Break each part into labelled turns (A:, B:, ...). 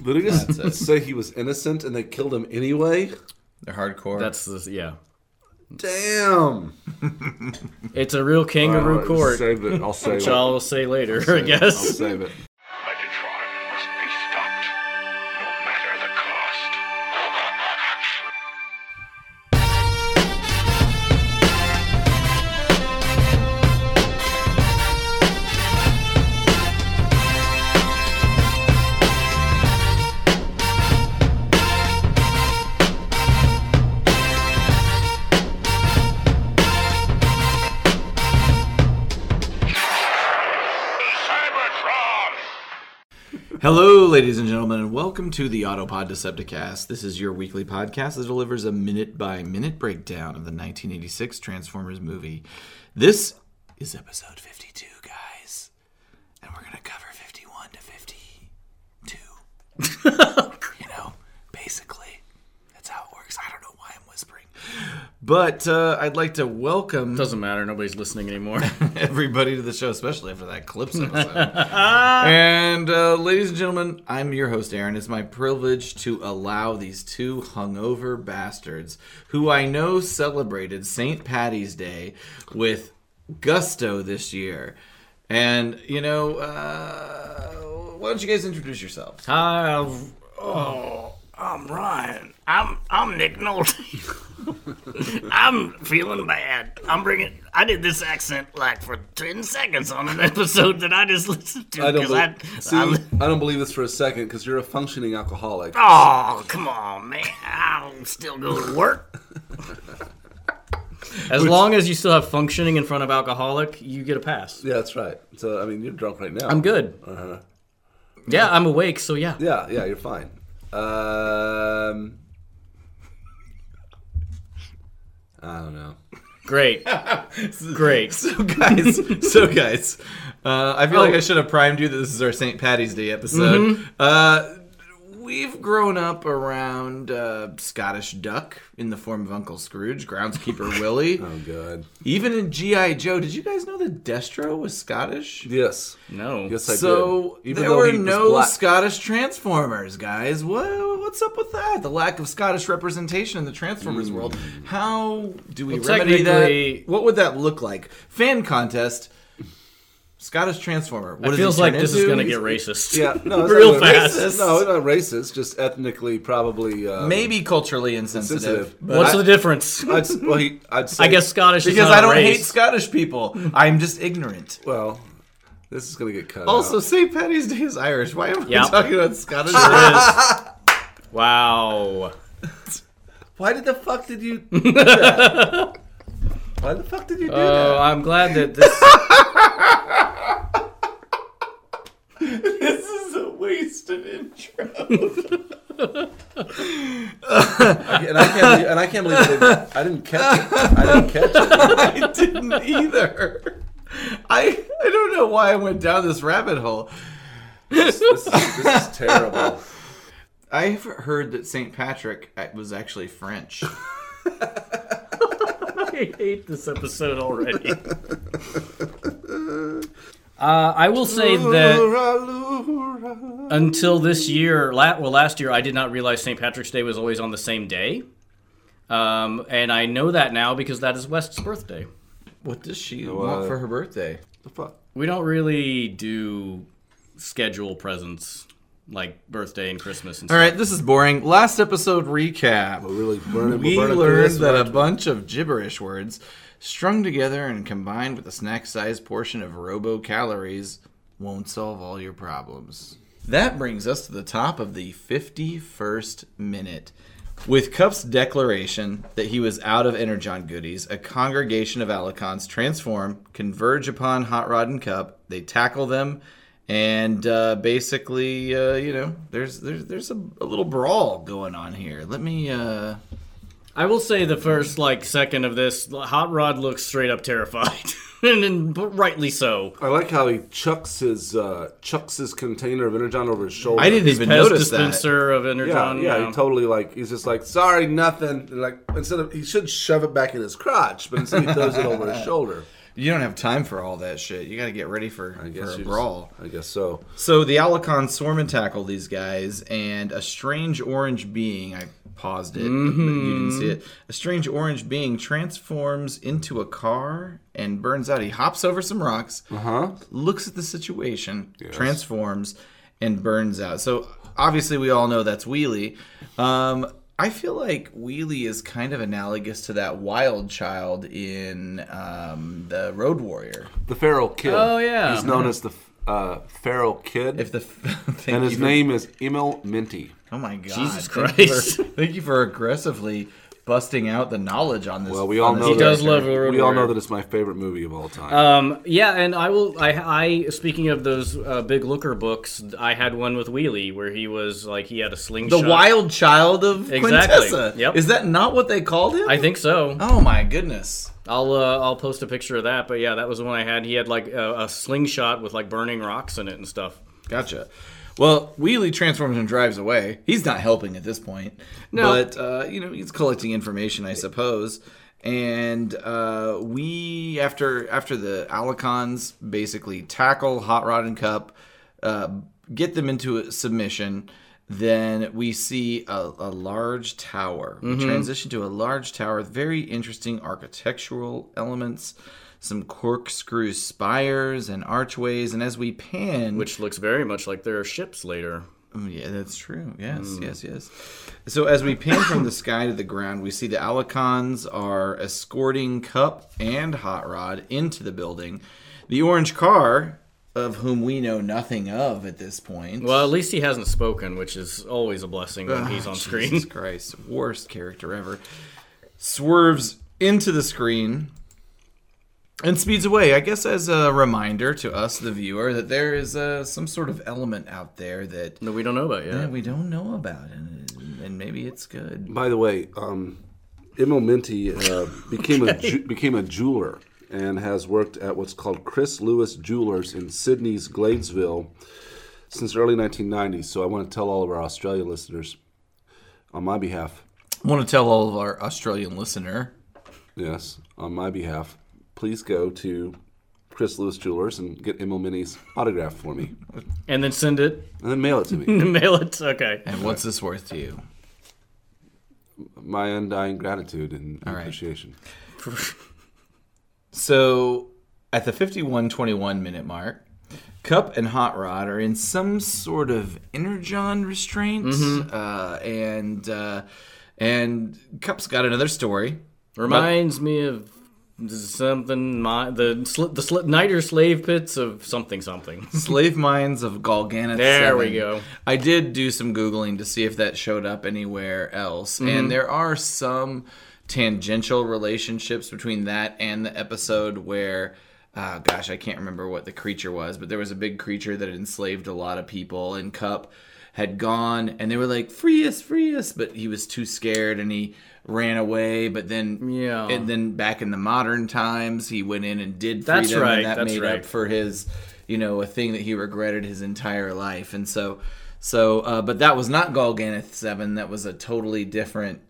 A: Litigas say he was innocent and they killed him anyway.
B: They're hardcore.
C: That's the yeah.
A: Damn.
C: It's a real kangaroo
A: Uh,
C: court,
A: Save it. I'll save
C: which
A: it.
C: I'll say later, I
A: Save it. I'll
C: guess.
A: save it.
D: Megatron must be stopped, no matter the cost. Cybertron!
B: Hello, ladies and gentlemen, and welcome to the Autopod Decepticast. This is your weekly podcast that delivers a minute by minute breakdown of the 1986 Transformers movie. This is episode 52, guys, and we're going to cover 51 to 52. you know, basically, that's how it works. I don't know why I'm whispering. But uh, I'd like to welcome
C: Doesn't matter. Nobody's listening anymore.
B: everybody to the show, especially after that Clips episode. and uh, ladies and gentlemen, I'm your host, Aaron. It's my privilege to allow these two hungover bastards, who I know celebrated St. Patty's Day with gusto this year. And, you know, uh, why don't you guys introduce yourselves?
C: Hi, I'll-
E: I'm Ryan. I'm I'm Nick Nolte. I'm feeling bad. I'm bringing. I did this accent like for ten seconds on an episode that I just listened to.
A: I don't.
E: 'cause
A: Believe,
E: I-
A: see,
E: I
A: I,
E: li-
A: don't believe this for a second because you're a functioning alcoholic.
E: oh come on, man! I'll still go to work.
C: as long as you still have functioning in front of alcoholic, you get a pass.
A: Yeah, that's right. So I mean, you're drunk right now.
C: I'm good.
E: Uh-huh.
C: Yeah, I'm awake, so yeah.
A: Yeah, yeah, you're fine. Um, I don't know.
C: Great. Great.
B: So guys, so guys, uh, I feel like
C: Oh.
B: I should have primed you that this is our St. Patty's Day episode. Uh, we've grown up around uh, Scottish Duck in the form of Uncle Scrooge, groundskeeper Willie,
A: Oh, good.
B: even in GI Joe. Did you guys know that Destro was Scottish?
A: Yes.
C: No.
A: Yes, I
B: so
A: did. Even
B: there
A: though
B: were
A: he was
B: no
A: black.
B: Scottish Transformers, guys. What what's up with that? The lack of Scottish representation in the Transformers world. How do we
C: Well,
B: remedy
C: technically-
B: that? What would that look like? Fan contest. Scottish Transformer. What
C: It
B: does
C: feels
B: he
C: like
B: turn
C: this is
B: into?
C: going to get racist.
A: Yeah, no, it's
C: Real
A: not really
C: fast.
A: Racist. No, it's not racist. Just ethnically, probably. Um,
B: maybe culturally insensitive.
A: sensitive.
B: but
C: What's
B: I-
C: the difference?
A: I'd, s- well, he, I'd say,
C: I guess Scottish is
B: because
C: not
B: I don't
C: a race.
B: hate Scottish people. I'm just ignorant.
A: Well, this is gonna get cut.
B: Also,
A: out.
B: St. Patty's Day is Irish. Why am I
C: Oh. Yeah.
B: talking about Scottish?
C: There it is. Wow.
A: why did the fuck did you? Do that? why the fuck did you do
C: Oh,
A: that?
C: I'm glad that this.
B: this is a wasted intro.
A: And I can't. be- And I can't believe I didn't, I didn't catch it. I didn't catch it.
B: I didn't either. I I don't know why I went down this rabbit hole.
A: This is, this is terrible.
B: I've heard that St. Patrick uh, was actually French.
C: I hate this episode already. Uh, I will say that until this year, la- well, last year, I did not realize St. Patrick's Day was always on the same day. Um, and I know that now because that is West's birthday.
B: What does she
A: uh,
B: want for her birthday?
A: The fuck?
C: We don't really do schedule presents like birthday and Christmas and
B: All
C: stuff.
B: right, this is boring. Last episode recap.
A: We're really burning.
B: We
A: we're burning through
B: learned
A: this
B: that uh, a
A: one.
B: bunch of gibberish words, strung together and combined with a snack-sized portion of robo calories, won't solve all your problems. That brings us to the top of the 51st minute. With Cup's declaration that he was out of Energon goodies, a congregation of Alicons transform, converge upon Hot Rod and Cup. They tackle them, and uh, basically, uh, you know, there's there's there's a, a little brawl going on here. Let me uh,
C: I will say the first like second of this, Hot Rod looks straight up terrified, and, then but rightly so.
A: I like how he chucks his uh, chucks his container of energon over his shoulder.
B: I didn't even
C: Pest
B: notice that.
C: dispenser of
A: Yeah,
C: Energon.
A: yeah,
C: you know.
A: he totally like he's just like sorry, nothing. And, like instead of he should shove it back in his crotch, but instead he throws it over his shoulder.
B: You don't have time for all that shit. You got to get ready for,
A: I
B: for
A: guess
B: a
A: you-
B: brawl.
A: I guess so.
B: So the Alakon swarm and tackle these guys, and a strange orange being. I paused it, but you
A: Mm-hmm.
B: didn't see it. A strange orange being transforms into a car and burns out. He hops over some rocks,
A: Huh?
B: looks at the situation, transforms, and burns out. So obviously, we all know that's Wheelie. Um, I feel like Wheelie is kind of analogous to that wild child in um, the Road Warrior.
A: The feral kid.
C: Oh, yeah.
A: He's known as the uh, feral kid,
B: If the thank
A: and
B: you
A: his
B: for-
A: name is Emil Minty.
B: Oh my God!
C: Jesus
B: Thank you for-
C: Christ.
B: thank you for aggressively busting out the knowledge on this.
A: Well, we all
B: on
A: know
B: this
A: that-
C: does love
A: we
C: Road
A: all know
C: Warrior.
A: that it's my favorite movie of all time.
C: Um, yeah, and I will. I, I speaking of those uh, big looker books, I had one with Wheelie where he was like he had
B: the
C: a slingshot.
B: wild child of
C: Exactly.
B: Quintessa.
C: Yep.
B: Is that not what they called him?
C: I think so.
B: Oh my goodness!
C: I'll uh, I'll post a picture of that. But yeah, that was the one I had. He had like a, a slingshot with like burning rocks in it and stuff.
B: Gotcha. Well, Wheelie transforms and drives away. He's not helping at this point.
C: No.
B: But, uh, you know, he's collecting information, I suppose. And uh, we, after after the Alacons basically tackle Hot Rod and Cup, uh, get them into a submission, then we see a, a large tower.
C: Mm-hmm.
B: We transition to a large tower with very interesting architectural elements, some corkscrew spires and archways. And as we pan,
C: which looks very much like their ships later.
B: Mm, Yeah, that's true. Yes,
C: Hmm.
B: yes, yes. So as we pan from the sky to the ground, we see the Alacons are escorting Cup and Hot Rod into the building. The orange car, of whom we know nothing of at this point.
C: Well, at least he hasn't spoken, which is always a blessing
B: Ah,
C: when he's on
B: Jesus
C: screen.
B: Christ, worst character ever. Swerves into the screen and speeds away. I guess as a reminder to us, the viewer, that there is uh, some sort of element out there that
C: That we don't know about yet.
B: that we don't know about, and, and maybe it's good.
A: By the way, um, Emil Minty uh, became a ju- became a jeweler and has worked at what's called Chris Lewis Jewelers in Sydney's Gladesville since the early 1990s. So I want to tell all of our Australia listeners, on my behalf,
B: I want to tell all of our Australian listener.
A: yes, on my behalf, please go to Chris Lewis Jewelers and get Emil Minty's autograph for me,
C: And then send it,
A: and then mail it to me.
C: mail it. Okay.
B: And what's this worth to you?
A: my undying gratitude and
B: right.
A: appreciation.
B: So, at the 51:21 minute mark, Cup and Hot Rod are in some sort of energon restraint, uh, and uh, and Cup's got another story.
C: Reminds me of something. My, the sl- the sl- Niter slave pits of something something.
B: Slave Mines of Galganeth.
C: There
B: 7.
C: we go.
B: I did do some googling to see if that showed up anywhere else, and there are some tangential relationships between that and the episode where. Oh gosh, I can't remember what the creature was, but there was a big creature that had enslaved a lot of people, and Cup had gone, and they were like, "Free us, free us!" But he was too scared, and he ran away. But then,
C: Yeah.
B: and then back in the modern times, he went in and did
C: That's
B: freedom,
C: right,
B: And that
C: that's
B: made
C: right.
B: up for his, you know, a thing that he regretted his entire life. And so, so, uh, but that was not Golganeth Seven. That was a totally different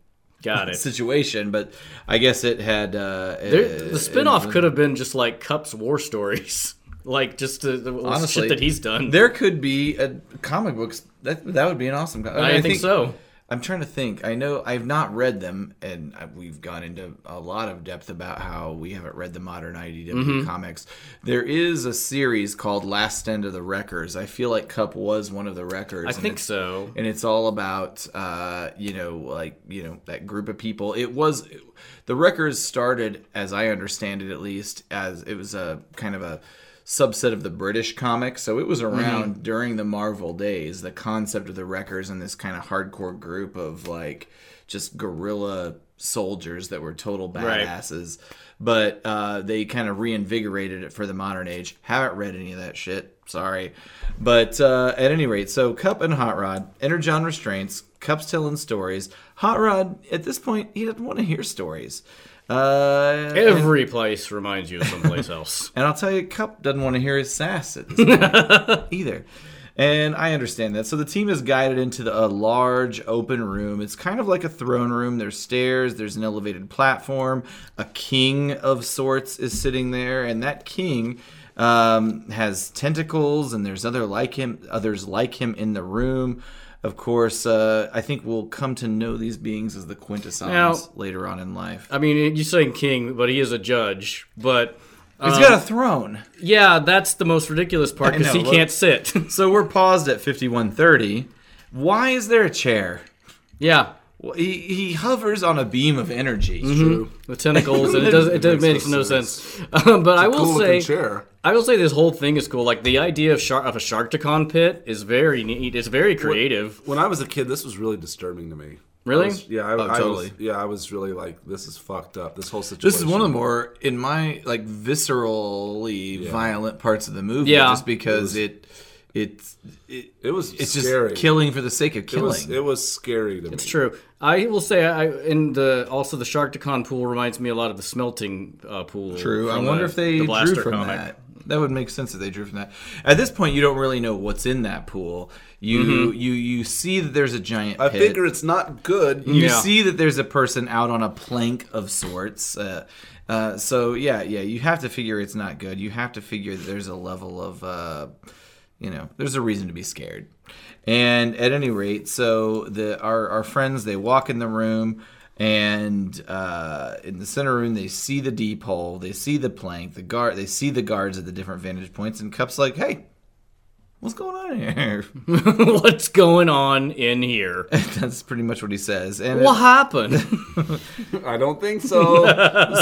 C: Got it.
B: situation. But I guess it had uh,
C: There,
B: uh,
C: the spinoff could have been just like Cup's war stories, like just the, the
B: honestly
C: shit that he's done.
B: There could be a comic books that that would be an awesome. co- I, mean,
C: I,
B: I
C: think, so.
B: I'm trying to think. I know I've not read them, and I- we've gone into a lot of depth about how we haven't read the modern IDW
C: Mm-hmm.
B: comics. There is a series called Last End of the Wreckers. I feel like Cup was one of the Wreckers.
C: I
B: and
C: think
B: it's-
C: so.
B: And it's all about, uh, you know, like, you know, that group of people. It was, the Wreckers started, as I understand it at least, as it was a kind of a subset of the British comics. So it was around during the Marvel days, the concept of the Wreckers and this kind of hardcore group of like just guerrilla soldiers that were total
C: Right.
B: badasses. But uh, they kind of reinvigorated it for the modern age. Haven't read any of that shit. Sorry. But uh, at any rate, so Cup and Hot Rod, Energon restraints, Cup's telling stories. Hot Rod, at this point, he doesn't want to hear stories. Uh, and,
C: Every place reminds you of someplace else.
B: and I'll tell you, Cup doesn't want to hear his sass at this point either. And I understand that. So the team is guided into the, a large open room. It's kind of like a throne room. There's stairs, there's an elevated platform. A king of sorts is sitting there, and that king um, has tentacles, and there's other like him, others like him in the room. Of course, uh, I think we'll come to know these beings as the quintessons
C: Now-
B: later on in life.
C: I mean, you're saying king, but he is a judge. But
B: He's got a throne.
C: yeah, that's the most ridiculous part
B: I
C: because
B: know,
C: he
B: look.
C: can't sit.
B: So we're paused at 5130. Why is there a chair?
C: yeah,
B: Well, he, he hovers on a beam of energy.
C: the tentacles, and it doesn't. It doesn't makes no sense. Um, but I will
A: cool
C: say,
A: looking chair.
C: I will say this whole thing is cool. Like the idea of shark of a sharktacon pit is very neat. It's very creative.
A: When I was a kid, this was really disturbing to me.
C: Really?
A: I was- yeah, I, I
B: Oh, totally.
A: was. Yeah, I was really like, this is fucked up. This whole situation.
B: This is one of the more, in my like, viscerally violent parts of the movie.
C: Yeah.
B: just because it, it's it,
A: It was
B: it's just
A: scary.
B: killing for the sake of
A: It
B: killing.
A: was, it was scary to me.
C: It's true. I will say, I in the also the Sharktacon pool reminds me a lot of the smelting uh, pool.
B: True. I
C: from
B: wonder
C: the-
B: if they
C: the
B: drew
C: Blaster
B: from
C: comic.
B: that. That would make sense if they drew from that. At this point, you don't really know what's in that pool. You you you see that there's a giant.
A: I
B: pit.
A: figure it's not good.
B: You
C: Yeah.
B: see that there's a person out on a plank of sorts. Uh, uh, so yeah, yeah, you have to figure it's not good. You have to figure that there's a level of, uh, you know, there's a reason to be scared. And at any rate, so the our our friends they walk in the room. And uh, in the center room, they see the deep hole. They see the plank. The guard. They see the guards at the different vantage points. And Cup's like, "Hey, what's going on here?"
C: What's going on in here?
B: That's pretty much what he says. And
C: What happened?
A: I don't think so.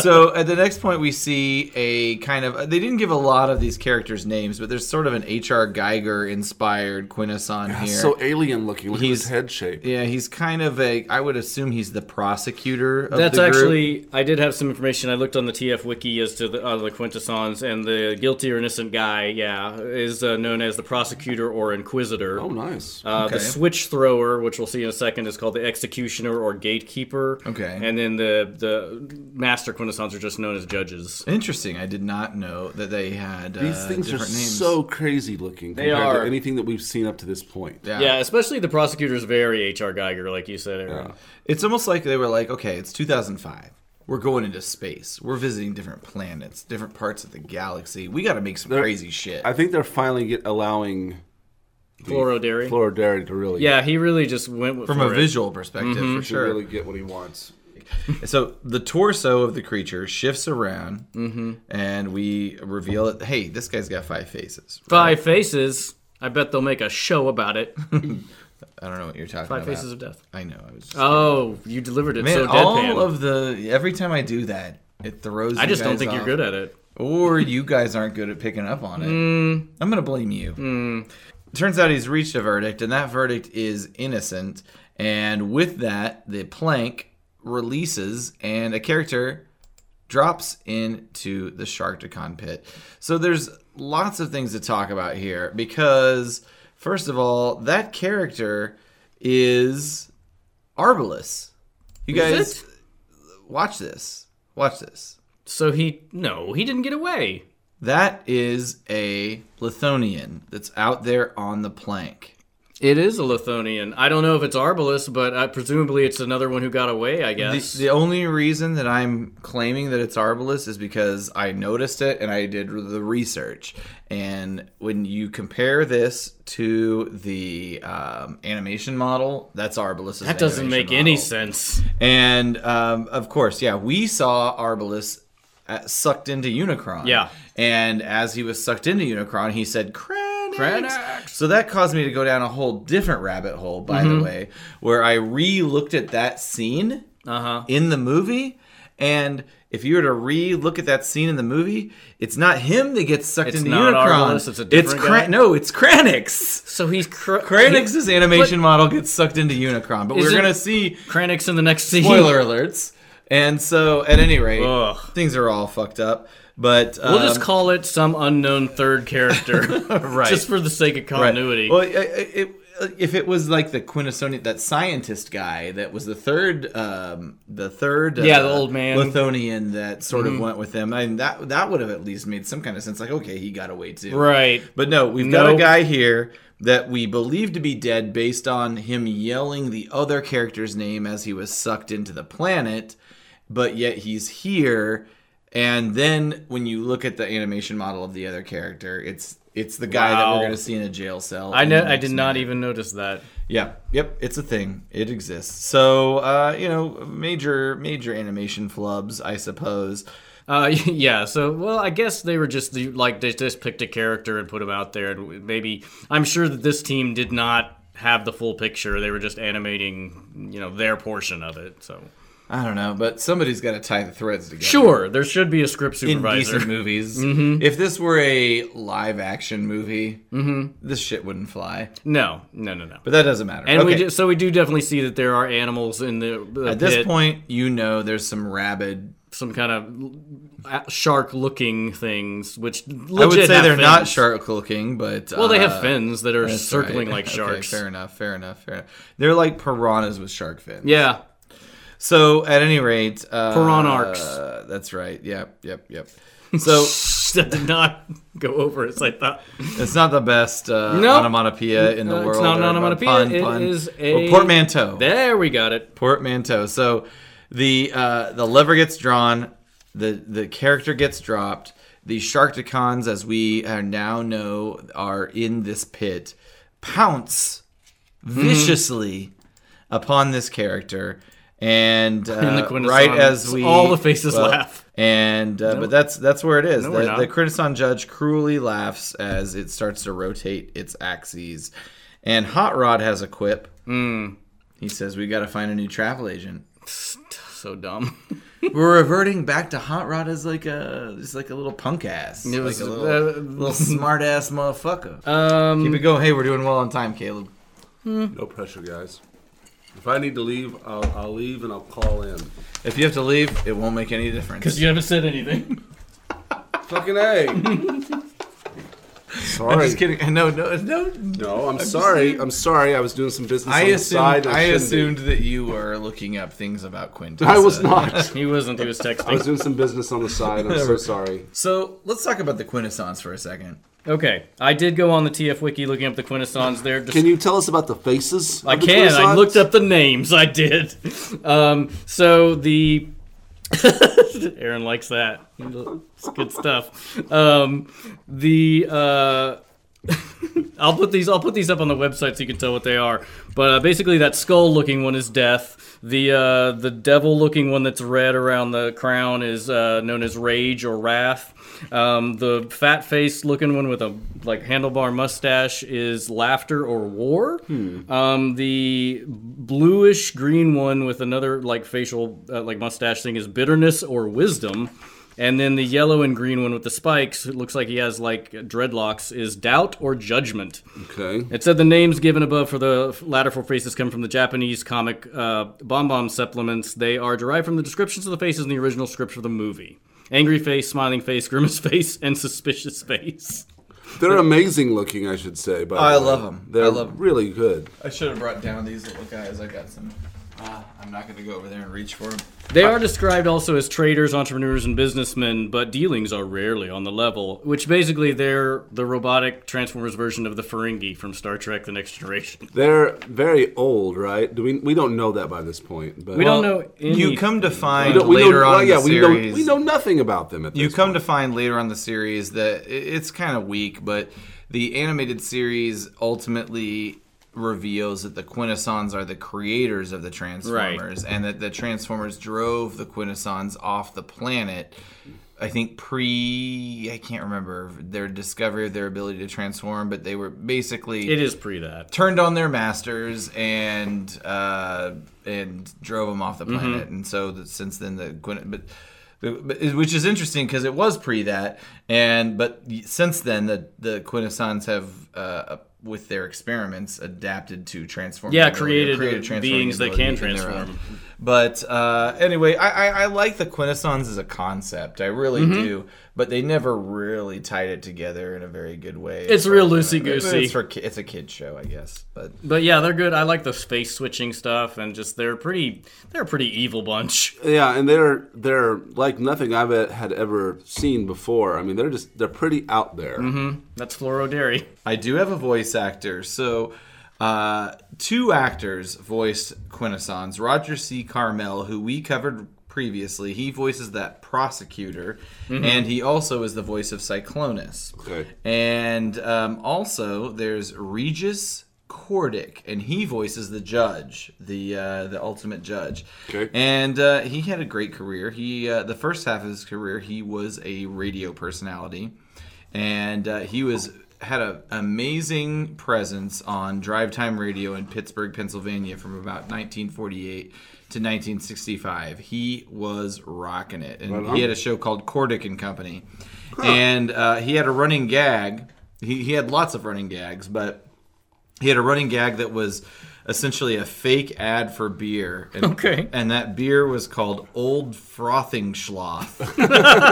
B: so at the next point we see a kind of they didn't give a lot of these characters names but there's sort of an hr geiger inspired quintesson here
A: so alien looking. Look at
B: He's-
A: his head shape.
B: yeah he's kind of a i would assume he's the prosecutor of
C: That's
B: the group.
C: actually I did have some information. I looked on the TF wiki as to the, uh, the quintessons and the guilty or innocent guy. Yeah, is uh, known as the prosecutor or inquisitor.
A: Oh, nice.
C: Uh, The
B: okay.
C: switch thrower, which we'll see in a second, is called the executioner or gatekeeper.
B: Okay.
C: And then the the master quintessons are just known as judges.
B: interesting i did not know that they had uh,
A: These things are
B: different names
A: so crazy looking compared
C: are.
A: to anything that we've seen up to this point.
B: yeah.
C: Yeah, especially the prosecutor's very H.R. Geiger, like you said, Aaron.
B: it's almost like they were like okay it's 2005 we're going into space. We're visiting different planets, different parts of the galaxy. We got to make some crazy shit.
A: I think they're finally get, allowing
C: Floro Dairy.
A: Floridari to really,
C: yeah, he really just went with
B: from a
C: for it.
B: visual perspective, for
A: to
B: sure.
A: really get what he wants.
B: So the torso of the creature shifts around,
C: Mm-hmm.
B: and we reveal it. Hey, this guy's got five faces.
C: Five faces. I bet they'll make a show about it.
B: I don't know what you're talking
C: Five
B: about.
C: faces of death.
B: I know. I was just,
C: Oh, you delivered it
B: man.
C: so deadpan.
B: all of the every time I do that, it throws.
C: I just don't think
B: off,
C: you're good at it.
B: or you guys aren't good at picking up on it. I'm gonna blame you. Turns out he's reached a verdict, and that verdict is innocent. And with that, the plank releases, and a character drops into the Sharktacon pit. So there's lots of things to talk about here because, first of all, that character is Arbalus. You guys
C: it?
B: watch this. Watch this.
C: So he no, he didn't get away.
B: That is a Lithonian that's out there on the plank.
C: It is a Lithonian. I don't know if it's Arbalus, but uh, presumably it's another one who got away. I
B: The,
C: guess.
B: the only reason that I'm claiming that it's Arbalest is because I noticed it and I did the research. And when you compare this to the um, animation model, that's Arbalest.
C: that doesn't make any sense.
B: And um, of course, yeah, we saw Arbalest uh, sucked into Unicron.
C: Yeah.
B: And as he was sucked into Unicron, he said, Krennic.
C: Krennic.
B: So that caused me to go down a whole different rabbit hole, by
C: Mm-hmm.
B: the way, where I re looked at that scene
C: Uh-huh.
B: in the movie. And if you were to re look at that scene in the movie, it's not him that gets sucked
C: It's
B: into
C: not
B: Unicron.
C: Arbalest, it's a different
B: Kra-
C: guy?
B: No, it's Kranix.
C: So he's cr-
B: Kranix's animation model gets sucked into Unicron, but we're
C: Isn't-
B: going to see
C: he- Kranix in the next scene.
B: spoiler alerts. And so, at any rate,
C: Ugh.
B: things are all fucked up. But um,
C: We'll just call it some unknown third character, right? Just for the sake of
B: right.
C: continuity.
B: Well, it, it, if it was like the Quintessonian that scientist guy that was the third um the third uh,
C: Yeah, the old man. Mm-hmm.
B: Lithonian that sort of went with them. I mean that that would have at least made some kind of sense like okay, he got away too.
C: Right.
B: But no, we've got a
C: Nope.
B: guy here that we believe to be dead based on him yelling the other character's name as he was sucked into the planet, but yet he's here. And then when you look at the animation model of the other character, it's it's the guy that
C: Wow.
B: we're going to see in a jail cell.
C: I
B: in the
C: know. I
B: next
C: did not even notice that.
B: yeah. Yep. It's a thing. It exists. So, uh, you know, major, major animation flubs, I suppose.
C: Uh, yeah. So, well, I guess they were just the, like they just picked a character and put him out there, and maybe I'm sure that this team did not have the full picture. They were just animating, you know, their portion of it. So,
B: I don't know, but somebody's got to tie the threads together.
C: sure, there should be a script
B: In
C: supervisor. Mm-hmm.
B: decent movies. If this were a live action movie, this shit wouldn't fly.
C: No, no, no, no.
B: But that doesn't matter.
C: Mm-hmm. And we
B: Okay.
C: do, so we do definitely see that there are animals in the, the
B: At this
C: pit,
B: point, you know there's some rabid.
C: some kind of shark-looking things, which legit
B: I would say
C: have
B: they're not
C: fins.
B: shark looking, but.
C: Well, they
B: uh,
C: have fins that are
B: that's
C: circling
B: right.
C: like
B: Okay,
C: sharks.
B: fair enough, fair enough, fair enough. They're like piranhas with shark fins.
C: yeah,
B: So at any rate, uh,
C: Piranarchs.
B: That's right. Yep. Yep. Yep. So
C: that did not go over as I thought.
B: it's not the best uh,
C: Nope.
B: onomatopoeia in the
C: Uh, it's
B: world.
C: not an
B: or
C: onomatopoeia.
B: Pun,
C: It
B: pun.
C: is
B: Well,
C: a-
B: portmanteau.
C: There we got it.
B: portmanteau. So the uh, the lever gets drawn. The the character gets dropped. The Sharkticons, as we are now know, are in this pit. Pounce
C: Mm-hmm.
B: viciously upon this character, and uh,
C: Quintessons,
B: right as we
C: all the faces laugh.
B: and uh, but that's that's where it is.
C: No, we're
B: the
C: not.
B: the Criticon judge cruelly laughs as it starts to rotate its axes, and Hot Rod has a quip. He says, "We got to find a new travel agent."
C: So dumb.
B: We're reverting back to Hot Rod as like a just like a little punk ass, it
C: was,
B: like a little,
C: uh,
B: little smart ass motherfucker.
C: Um,
B: Keep it going. Hey, we're doing well on time, Caleb.
A: No pressure, guys. If I need to leave, I'll, I'll leave and I'll call in.
B: If you have to leave, it won't make any difference.
C: because you haven't said anything.
A: Fucking A. sorry.
B: I'm just kidding. No, no, no.
A: No, I'm, sorry. I'm sorry. I was doing some business
B: I
A: on the side.
B: assumed
A: and
B: I
A: shouldn't be.
B: assumed that you were looking up things about Quintus.
A: I was
B: Uh,
A: not.
C: He wasn't. He was
A: I was
C: texting.
A: doing some business on the side. I'm so sorry.
B: So let's talk about the quintessence for a second.
C: Okay, I did go on the TF Wiki looking up the quintessons. There, just
A: Can you tell us about the faces?
C: I can. I looked up the names. I did. Um, so the Aaron likes that. It's good stuff. Um, the uh, I'll put these. I'll put these up on the website so you can tell what they are. But uh, basically, that skull-looking one is death. The uh, the devil-looking one that's red around the crown is uh, known as rage or wrath. Um, the fat face-looking one with a like handlebar mustache is laughter or war. Um, the bluish green one with another like facial uh, like mustache thing is bitterness or wisdom. And then the yellow and green one with the spikes, it looks like he has like dreadlocks, is doubt or judgment.
A: Okay.
C: It said the names given above for the latter four faces come from the Japanese comic uh, Bomb Bomb supplements. They are derived from the descriptions of the faces in the original script for the movie Angry Face, Smiling Face, Grimace Face, and Suspicious Face.
A: They're amazing looking, I should say. By
B: Oh, I
A: the way.
B: love 'em. I
A: They're
B: love 'em.
A: really good.
B: I should have brought down these little guys. I got some. Uh, I'm not going to go over there and reach for them.
C: They are described also as traders, entrepreneurs, and businessmen, but dealings are rarely on the level, which basically they're the robotic Transformers version of the Ferengi from Star Trek The Next Generation.
A: They're very old, right? Do we? We don't know that by this point. But
C: We don't know any.
B: You come to find
A: We don't- we
B: later
A: don't-
B: on
A: well,
B: in
A: yeah,
B: the
A: we
B: series.
A: know, we know nothing about them at this
B: you come
A: point.
B: to find later on in the series that i- it's kind of weak, but the animated series ultimately reveals that the Quintessons are the creators of the Transformers, and that the Transformers drove the Quintessons off the planet. I think pre I can't remember their discovery of their ability to transform, but they were basically
C: It is pre that.
B: turned on their masters and uh, and drove them off the
C: Mm-hmm.
B: planet. And so that since then, the Gwyn- but, but which is interesting because it was pre that, and but since then the the Quintessons have uh, with their experiments, adapted to transform.
C: Yeah,
B: ability, or
C: created
B: transforming
C: beings that
B: ability
C: can
B: in their own.
C: transform.
B: But uh, anyway, I, I, I like the Quintessons as a concept. I really
C: Mm-hmm.
B: do. But they never really tied it together in a very good way.
C: It's
B: as
C: real
B: far as I know.
C: loosey-goosey.
B: It's, for ki- it's a kid show, I guess. But
C: But yeah, they're good. I like the space switching stuff, and just they're pretty. They're a pretty evil bunch.
A: Yeah, and they're they're like nothing I've e- had ever seen before. I mean, they're just they're pretty out there.
B: Mm-hmm.
C: That's Floro Dairy.
B: I do have a voice actor. So, uh, two actors voiced Quintessons. Roger C. Carmel, who we covered previously, he voices that prosecutor, and he also is the voice of Cyclonus.
A: Okay.
B: And um, also, there's Regis Cordick, and he voices the judge, the uh, the ultimate judge.
A: Okay.
B: And uh, he had a great career. He uh, the first half of his career, he was a radio personality, and uh, he was had an amazing presence on drive time radio in Pittsburgh, Pennsylvania, from about 1948 to 1965. He was rocking it, and he had a show called Cordick and Company, and uh, he had a running gag. He, he had lots of running gags, but he had a running gag that was essentially a fake ad for beer. And,
C: Okay.
B: And that beer was called Old Frothing Schloth.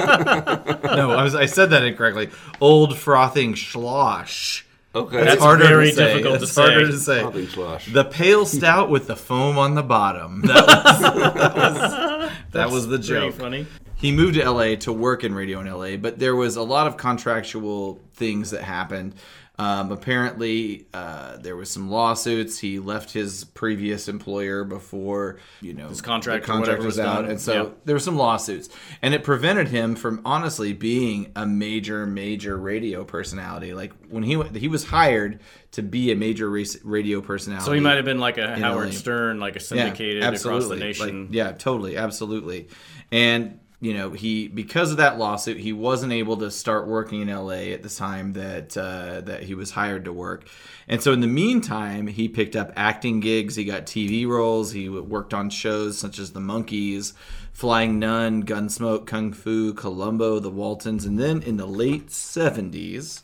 B: no, I, was, I said that incorrectly. Old Frothing Schlosh.
A: Okay.
C: That's- very difficult to
B: It's harder
C: say.
B: to say.
A: Frothing Schlosh.
B: The pale stout with the foam on the bottom. That was, that was, that was the
C: Pretty
B: joke
C: funny.
B: he moved to LA to work in radio in LA, but there was a lot of contractual things that happened. Um, apparently, uh, there was some lawsuits. He left his previous employer before you know his
C: contract or whatever was done.
B: and so
C: Yeah.
B: there were some lawsuits, and it prevented him from honestly being a major, major radio personality. Like when he went, he was hired to be a major race, radio personality.
C: So he might have been like a Howard
B: like-
C: Stern, like a syndicated across the nation.
B: Like, yeah, totally, absolutely. And you know, he because of that lawsuit, he wasn't able to start working in LA at the time that uh, that he was hired to work. And so in the meantime, he picked up acting gigs. He got TV roles. He w- worked on shows such as The Monkees, Flying Nun, Gunsmoke, Kung Fu, Columbo, The Waltons, and then in the late seventies,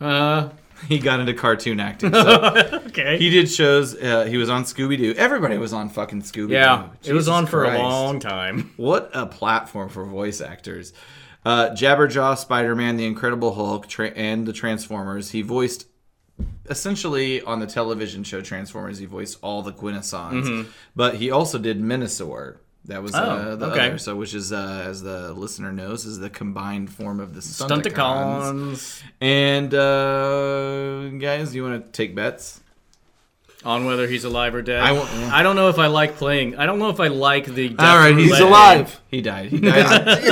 C: Uh,
B: he got into cartoon acting. So
C: okay.
B: he did shows. Uh, he was on Scooby Doo. Everybody was on fucking Scooby Doo.
C: yeah, it was on for a long time.
B: What a platform for voice actors! Uh, Jabberjaw, Spider Man, The Incredible Hulk, tra- and the Transformers. He voiced essentially on the television show Transformers. He voiced all the Quintessons,
C: Mm-hmm.
B: but he also did Minosaur. That was uh, the
C: Oh, okay.
B: other, so which is uh, as the listener knows, is the combined form of the Stunticons.
C: Stunticons
B: And uh, guys, you want to take bets?
C: on whether he's alive or dead.
B: I
C: I,
B: won't- yeah.
C: don't know if I like playing. I don't know if I like the. death
B: All right, he's
C: roulette.
A: alive.
B: He died. He died. He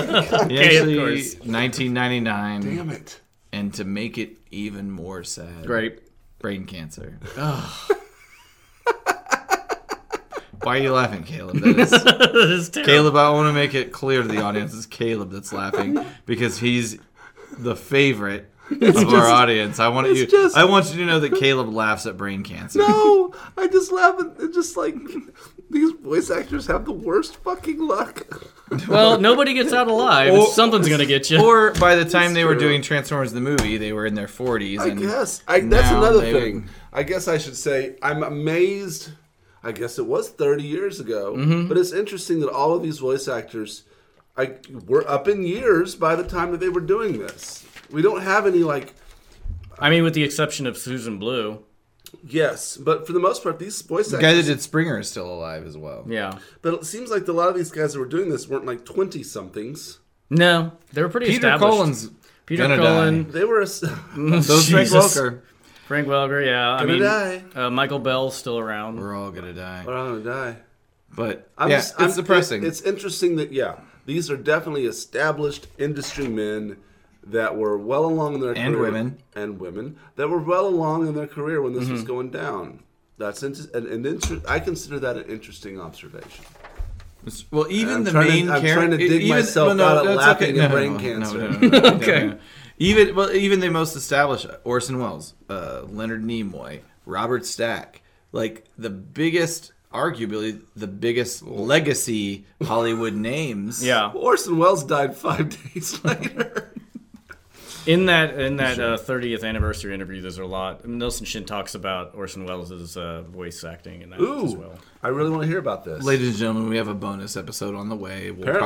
C: Okay, of
B: actually-
C: course.
B: 1999.
A: Damn it.
B: And to make it even more sad,
C: Great.
B: brain cancer. Why are you laughing, Caleb? That is,
C: This is terrible.
B: Caleb, I want to make it clear to the audience it's Caleb that's laughing because he's the favorite of our audience. I want you.
A: just-
B: I want you to know that Caleb laughs at brain cancer.
A: No, I just laugh at it just like these voice actors have the worst fucking luck.
C: Well, nobody gets out alive.
B: Or-
C: Something's gonna get you.
B: Or by the time they were
A: true.
B: doing Transformers the movie, they were in their 40s.
A: I
B: and
A: guess I, that's
B: now
A: another
B: they would-
A: thing. I guess I should say I'm amazed. I guess it was 30 years ago,
B: Mm-hmm.
A: but it's interesting that all of these voice actors, I were up in years by the time that they were doing this. We don't have any like
C: I mean, with the exception of Susan Blue.
A: yes, but for the most part, these voice
B: The guy
A: actors.
B: that did Springer is still alive as well.
C: Yeah.
A: But it seems like a lot of these guys that were doing this weren't like 20 somethings.
C: No, they were pretty
B: Peter
C: established.
B: Collins.
C: Peter
B: gonna
C: Cullen.
A: They were. A,
B: Die. Those Frank
C: Jesus.
B: Welker.
C: Frank Welker, yeah. I
A: Gonna
C: mean,
A: die.
C: Uh, Michael Bell's still around.
B: We're all gonna die.
A: We're all gonna die.
B: But
A: I'm
B: yeah,
A: just-
B: it's
A: I'm-
B: depressing.
A: it- it's interesting that yeah, these are definitely established industry men that were well along in their
B: And
A: career,
B: women. Mm-hmm.
A: and women that were well along in their career when this was going down. That's inter- an, an inter- I consider that an interesting observation.
B: well, even
A: I'm
B: the
A: trying to-
B: main
A: I'm
B: character.
A: trying to dig myself out of laughing at brain cancer.
C: Okay.
B: Even well, even the most established Orson Welles, uh, Leonard Nimoy, Robert Stack, like the biggest, arguably the biggest legacy Hollywood names.
C: Yeah.
A: Orson Welles died five days later.
C: In that in that uh, 30th anniversary interview, there's a lot. Nelson Shin talks about Orson Welles' uh, voice acting and that as
A: Ooh,
C: well.
A: I really want to hear about this.
B: Ladies and gentlemen, we have a bonus episode on the way. We'll
A: Apparently.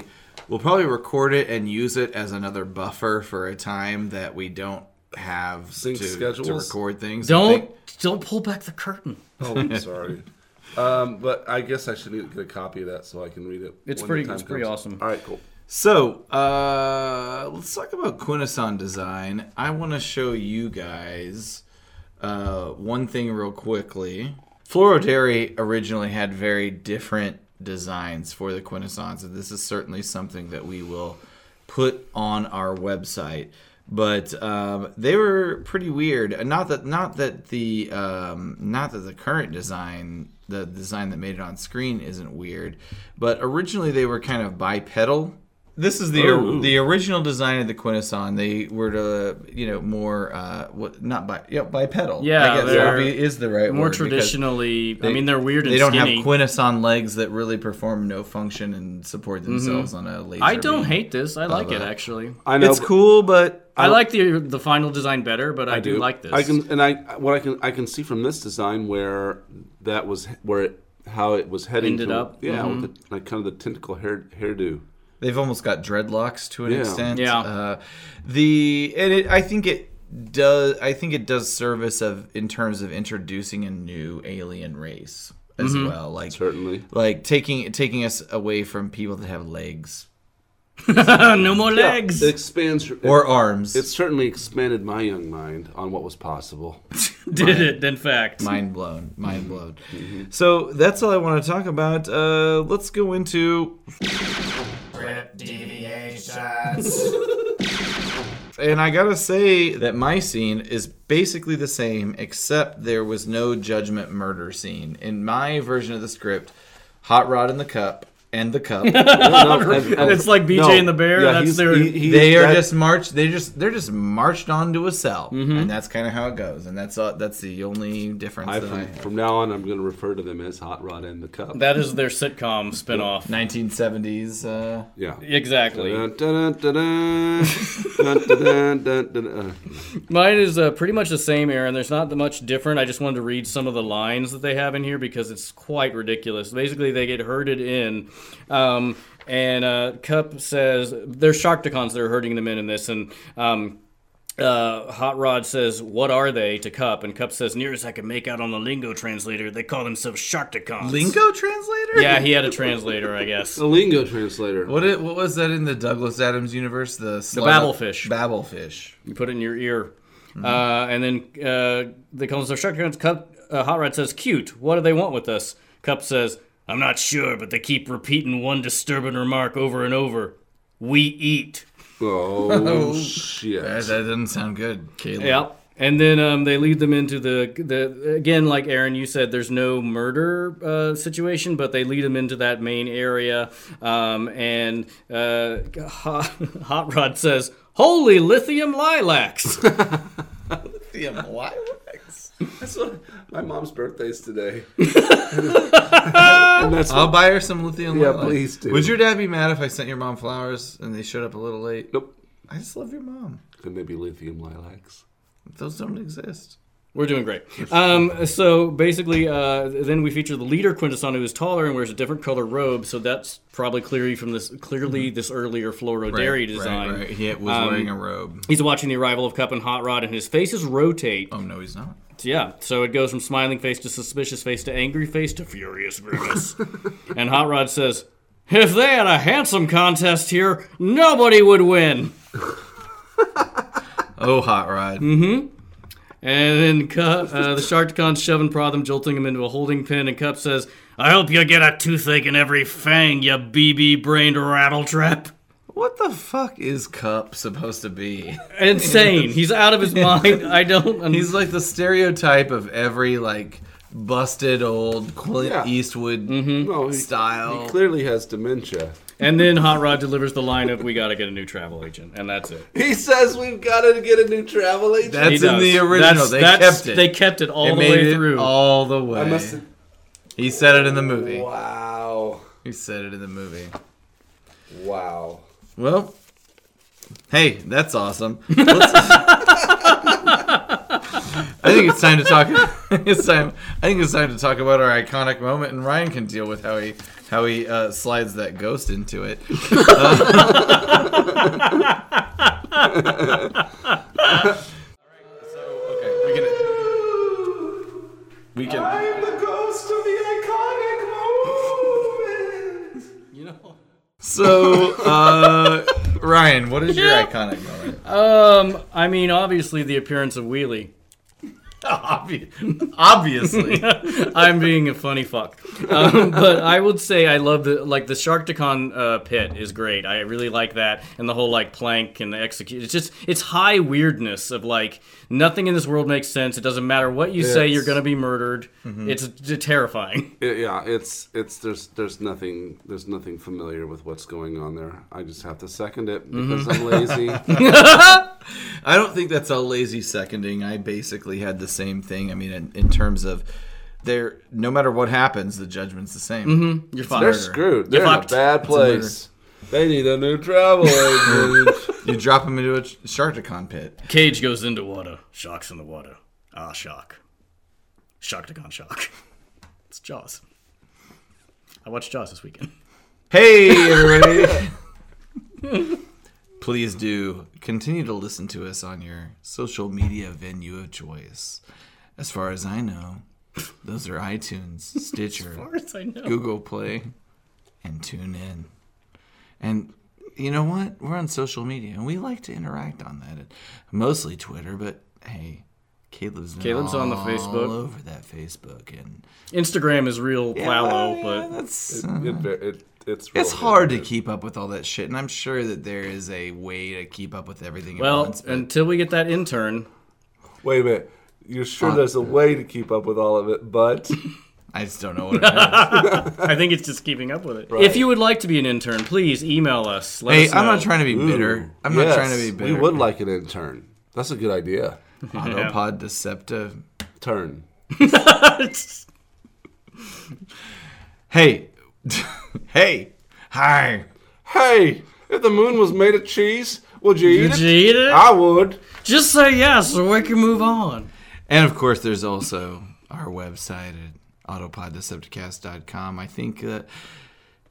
B: probably we'll probably record it and use it as another buffer for a time that we don't have
A: Sync
B: to,
A: schedules?
B: to record things. I
C: Don't
B: think-
C: don't pull back the curtain.
A: Oh, I'm sorry. Um, but I guess I should get a copy of that so I can read it.
C: It's
A: when
C: pretty-
A: the time
C: it's pretty
A: comes.
C: awesome.
A: All right, cool.
B: So, uh, let's talk about Quintesson design. I want to show you guys uh, one thing real quickly. Floro Dairy originally had very different designs for the Quintessons, and this is certainly something that we will put on our website. But um, they were pretty weird. Uh, Not that, not that the, um, not that the current design, the design that made it on screen, isn't weird. But originally they were kind of bipedal this is the the original design of the Quintesson. They were to you know more uh what not bi yeah bipedal.
C: Yeah,
B: I guess
C: they're
B: would be- is the right
C: More
B: word because
C: traditionally, I mean, they're weird and
B: They don't
C: skinny.
B: have Quintesson legs that really perform no function and support themselves on a laser.
C: Mm-hmm. I don't
B: beam.
C: hate this. I like it
B: that.
C: actually.
A: I know.
B: It's
A: but
B: cool, but
C: I like the the final design better, but I, do, like this.
A: I can and I what I can I can see from this design where that was where it how it was heading
C: Ended
A: to-
C: up, Mm-hmm.
A: Yeah, with the, like kind of the tentacle hair hairdo.
B: They've almost got dreadlocks to an
A: Yeah.
B: extent.
C: Yeah.
B: Uh, the and it, I think it does. I think it does service of in terms of introducing a new alien race as
C: Mm-hmm.
B: well. Like
A: Certainly.
B: like taking taking us away from people that have legs
C: no more legs.
A: It expands your-
B: or
A: it,
B: arms.
A: it certainly expanded my young mind on what was possible.
C: Did it? In fact,
B: mind blown, mind blown. So that's all I want to talk about. Uh, let's go into And I gotta say that my scene is basically the same, except there was no judgment murder scene. In my version of the script, Hot Rod in the Cup and the Cup,
A: No, no, and- and-
C: It's like BJ and the Bear, that's
A: he's-
C: their-
A: he's-
B: they are
A: that-
B: just marched. They just they're just marched onto a cell, and that's kind of how it goes. And that's all, that's the only difference
A: I,
B: that I
A: from,
B: have.
A: from now on, I'm going to refer to them as Hot Rod and the Cup.
C: that is their sitcom spinoff.
B: 1970s. Uh,
A: yeah.
C: Exactly.
A: Dun, dun, dun, dun, dun, dun, dun, dun, dun, uh.
C: Mine is uh, pretty much the same, Aaron. There's not that much different. I just wanted to read some of the lines that they have in here because it's quite ridiculous. Basically, they get herded in, um, and uh, Cup says they're Sharkticons that are herding them in in this, and. Um, uh, Hot Rod says, "What are they?" to Cup, and Cup says, "Near as I can make out on the lingo translator, they call themselves Sharkticons."
B: Lingo translator.
C: Yeah, he had a translator, I guess.
A: The lingo translator.
B: What it, what was that in the Douglas Adams universe? The slug,
C: babblefish.
B: Babblefish.
C: You put it in your ear. Uh, and then uh, they call themselves shotguns. Cup, uh, Hot Rod says, cute. What do they want with us? Cup says, I'm not sure, but they keep repeating one disturbing remark over and over. We eat.
A: Oh, shit.
B: That, that doesn't sound good, Caleb.
C: Yep. And then um, they lead them into the the again, like Aaron, you said, there's no murder uh, situation, but they lead them into that main area, um, and uh, Hot, Hot Rod says, "Holy lithium lilacs!"
B: Damn, why?
A: That's what- my mom's birthday's today. and that's
B: I'll buy her some lithium.
A: Yeah,
B: lilac.
A: please do.
B: Would your dad be mad if I sent your mom flowers and they showed up a little late?
A: nope.
B: I just love your mom.
A: Could they be lithium lilacs?
B: Those don't exist.
C: We're doing great. Um, so basically, uh, then we feature the leader Quintessano, who is taller and wears a different color robe. So that's probably clearly from this clearly this earlier Floro Dairy design.
B: Mm-hmm. Right, right. He was wearing a robe.
C: He's watching the arrival of Cup and Hot Rod, and his faces rotate.
B: Oh no, he's not.
C: Yeah, so it goes from smiling face to suspicious face to angry face to furious grimace. and Hot Rod says, "If they had a handsome contest here, nobody would win."
B: Oh, hot rod.
C: And then Cup, uh, the Sharkticon's shoving Protham, jolting him into a holding pin, and Cup says, I hope you get a toothache in every fang, you BB brained rattletrap.
B: What the fuck is cup supposed to be?
C: Insane. He's out of his mind. I don't. un-
B: He's like the stereotype of every like busted old Clint
A: Yeah.
B: Eastwood
A: No, he,
B: style.
A: he clearly has dementia.
C: and then Hot Rod delivers the line of, We gotta get a new travel agent. And that's it.
A: He says we've got to get a new travel agent.
B: That's
C: He
B: in
C: does.
B: the original.
C: That's-
B: they
C: that's-
B: kept it.
C: They kept it all
B: It
C: the
B: made
C: way
B: it
C: through.
B: all the way.
A: I must have-
B: He said it in the movie.
A: Wow.
B: He said it in the movie.
A: Wow.
B: Well, Hey, that's awesome. Let's- I think it's time to talk. It's time. I think it's time to talk about our iconic moment, and Ryan can deal with how he how he uh, slides that ghost into it. So, okay, we can. We can. I'm the ghost of the iconic moment.
C: You know.
B: So, uh, Ryan, what is your iconic moment?
C: Um, I mean, obviously the appearance of Wheelie.
B: Obvi- obviously,
C: I'm being a funny fuck, um, but I would say I love the like the Sharkticon uh, pit is great. I really like that and the whole like plank and the execute. It's just it's high weirdness of like nothing in this world makes sense. It doesn't matter what you say, you're
A: It's-
C: gonna be murdered. It's d- terrifying.
A: I- yeah, it's it's there's there's nothing there's nothing familiar with what's going on there. I just have to second it because I'm lazy.
B: I don't think that's all lazy seconding. I basically had the same thing. I mean, in, in terms of there, no matter what happens, the judgment's the same.
C: You're fine.
A: They're screwed. They're in a
C: fucked.
A: bad place. They need a new travel agent.
B: You drop them into a ch- Sharkticon pit.
C: Cage goes into water. Sharks in the water. Ah, shock. Sharkticon shock. It's Jaws. I watched Jaws this weekend.
B: Hey, everybody! Please do continue to listen to us on your social media venue of choice. As far as I know, those are iTunes, Stitcher,
C: I know.
B: Google Play, and tune in. And you know what? We're on social media and we like to interact on that. Mostly Twitter, but hey, Caleb's been
C: Caleb's on the
B: all
C: Facebook.
B: over that Facebook and
C: Instagram is real
B: Yeah,
C: plallow, but
B: that's uh,
A: It ver- it- it's
B: it's
A: real
B: hard to
A: good.
B: keep up with all that shit, and I'm sure that there is a way to keep up with everything. at
C: well,
B: once, but-
C: until we get that intern,
A: Wait a minute. You're sure there's a way to keep up with all of it, but
B: I just don't know what. it is.
C: I think it's just keeping up with it. If you would like to be an intern, please email us. Let
B: hey,
C: us
B: I'm
C: know.
B: not trying to be bitter. I'm not
A: Yes,
B: trying to be bitter.
A: We would like an intern. That's a good idea.
B: Autopod Deceptive.
A: Turn.
B: Hey, hey, hi.
A: Hey, if the moon was made of cheese, would you eat
C: Did
A: it?
C: you eat it?
A: I would.
C: Just say yes, so we can move on.
B: And of course, there's also our website at autopoddecepticast.com. I think uh,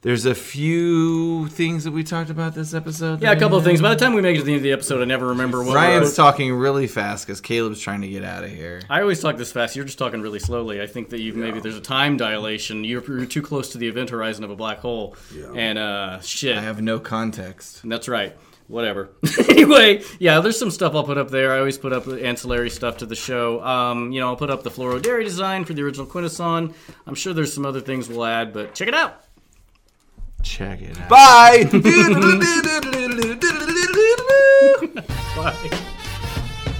B: there's a few things that we talked about this episode.
C: Yeah, a
B: that
C: couple
B: I
C: of things. By the time we make it to the end of the episode, I never remember what.
B: Ryan's
C: Ryan's.
B: talking really fast because Caleb's trying to get out of here.
C: I always talk this fast. You're just talking really slowly. I think that you maybe there's a time dilation. You're, you're too close to the event horizon of a black hole. And uh, shit.
B: I have no context.
C: That's right. Whatever. anyway, yeah, there's some stuff I'll put up there. I always put up ancillary stuff to the show. Um, you know, I'll put up the Floro Dairy design for the original Quintesson. I'm sure there's some other things we'll add, but check it out.
B: Check it out.
A: Bye.
C: Bye.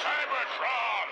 D: Cybertron!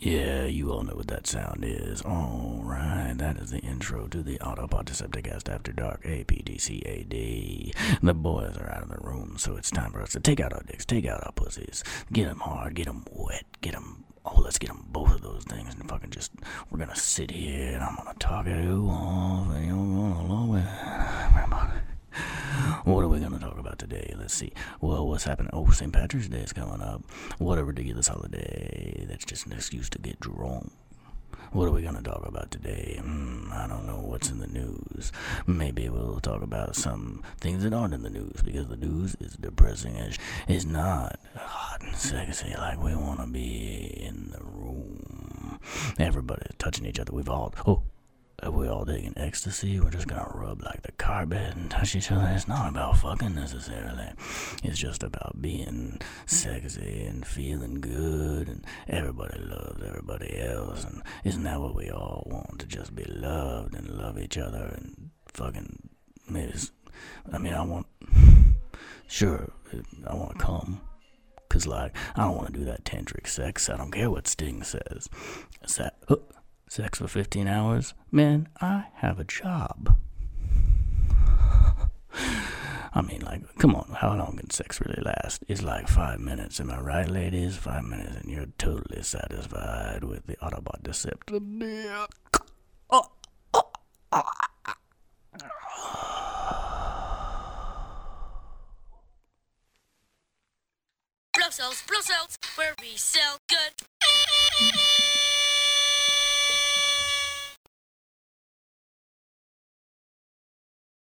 F: Yeah, you all know what that sound is. All right, that is the intro to the Autobot Decepticast After Dark, APDCAD. The boys are out of the room, so it's time for us to take out our dicks, take out our pussies, get 'em hard, get 'em wet, get 'em. Oh, let's get 'em both of those things and fucking just. We're gonna sit here and I'm gonna talk to you all very long. What are we gonna talk about today? Let's see. Well, what's happening? Oh, St. Patrick's Day is coming up. What a ridiculous holiday! That's just an excuse to get drunk. What are we gonna talk about today? Mm, I don't know what's in the news. Maybe we'll talk about some things that aren't in the news because the news is depressing as sh- it's not hot and sexy like we wanna be in the room. Everybody's touching each other. We've all oh If we all taking ecstasy, we're just gonna rub like the carpet and touch each other. It's not about fucking necessarily. It's just about being sexy and feeling good and everybody loves everybody else and isn't that what we all want? To just be loved and love each other and fucking maybe s- I mean I want sure I want to come. Cause like I don't want to do that tantric sex. I don't care what Sting says. Se- huh, sex for 15 hours, man. I have a job. I mean, like, come on. How long can sex really last? It's like five minutes. Am I right, ladies? Five minutes, and you're totally satisfied with the Autobot Decept.
G: Blow cells, blow cells, where we sell good.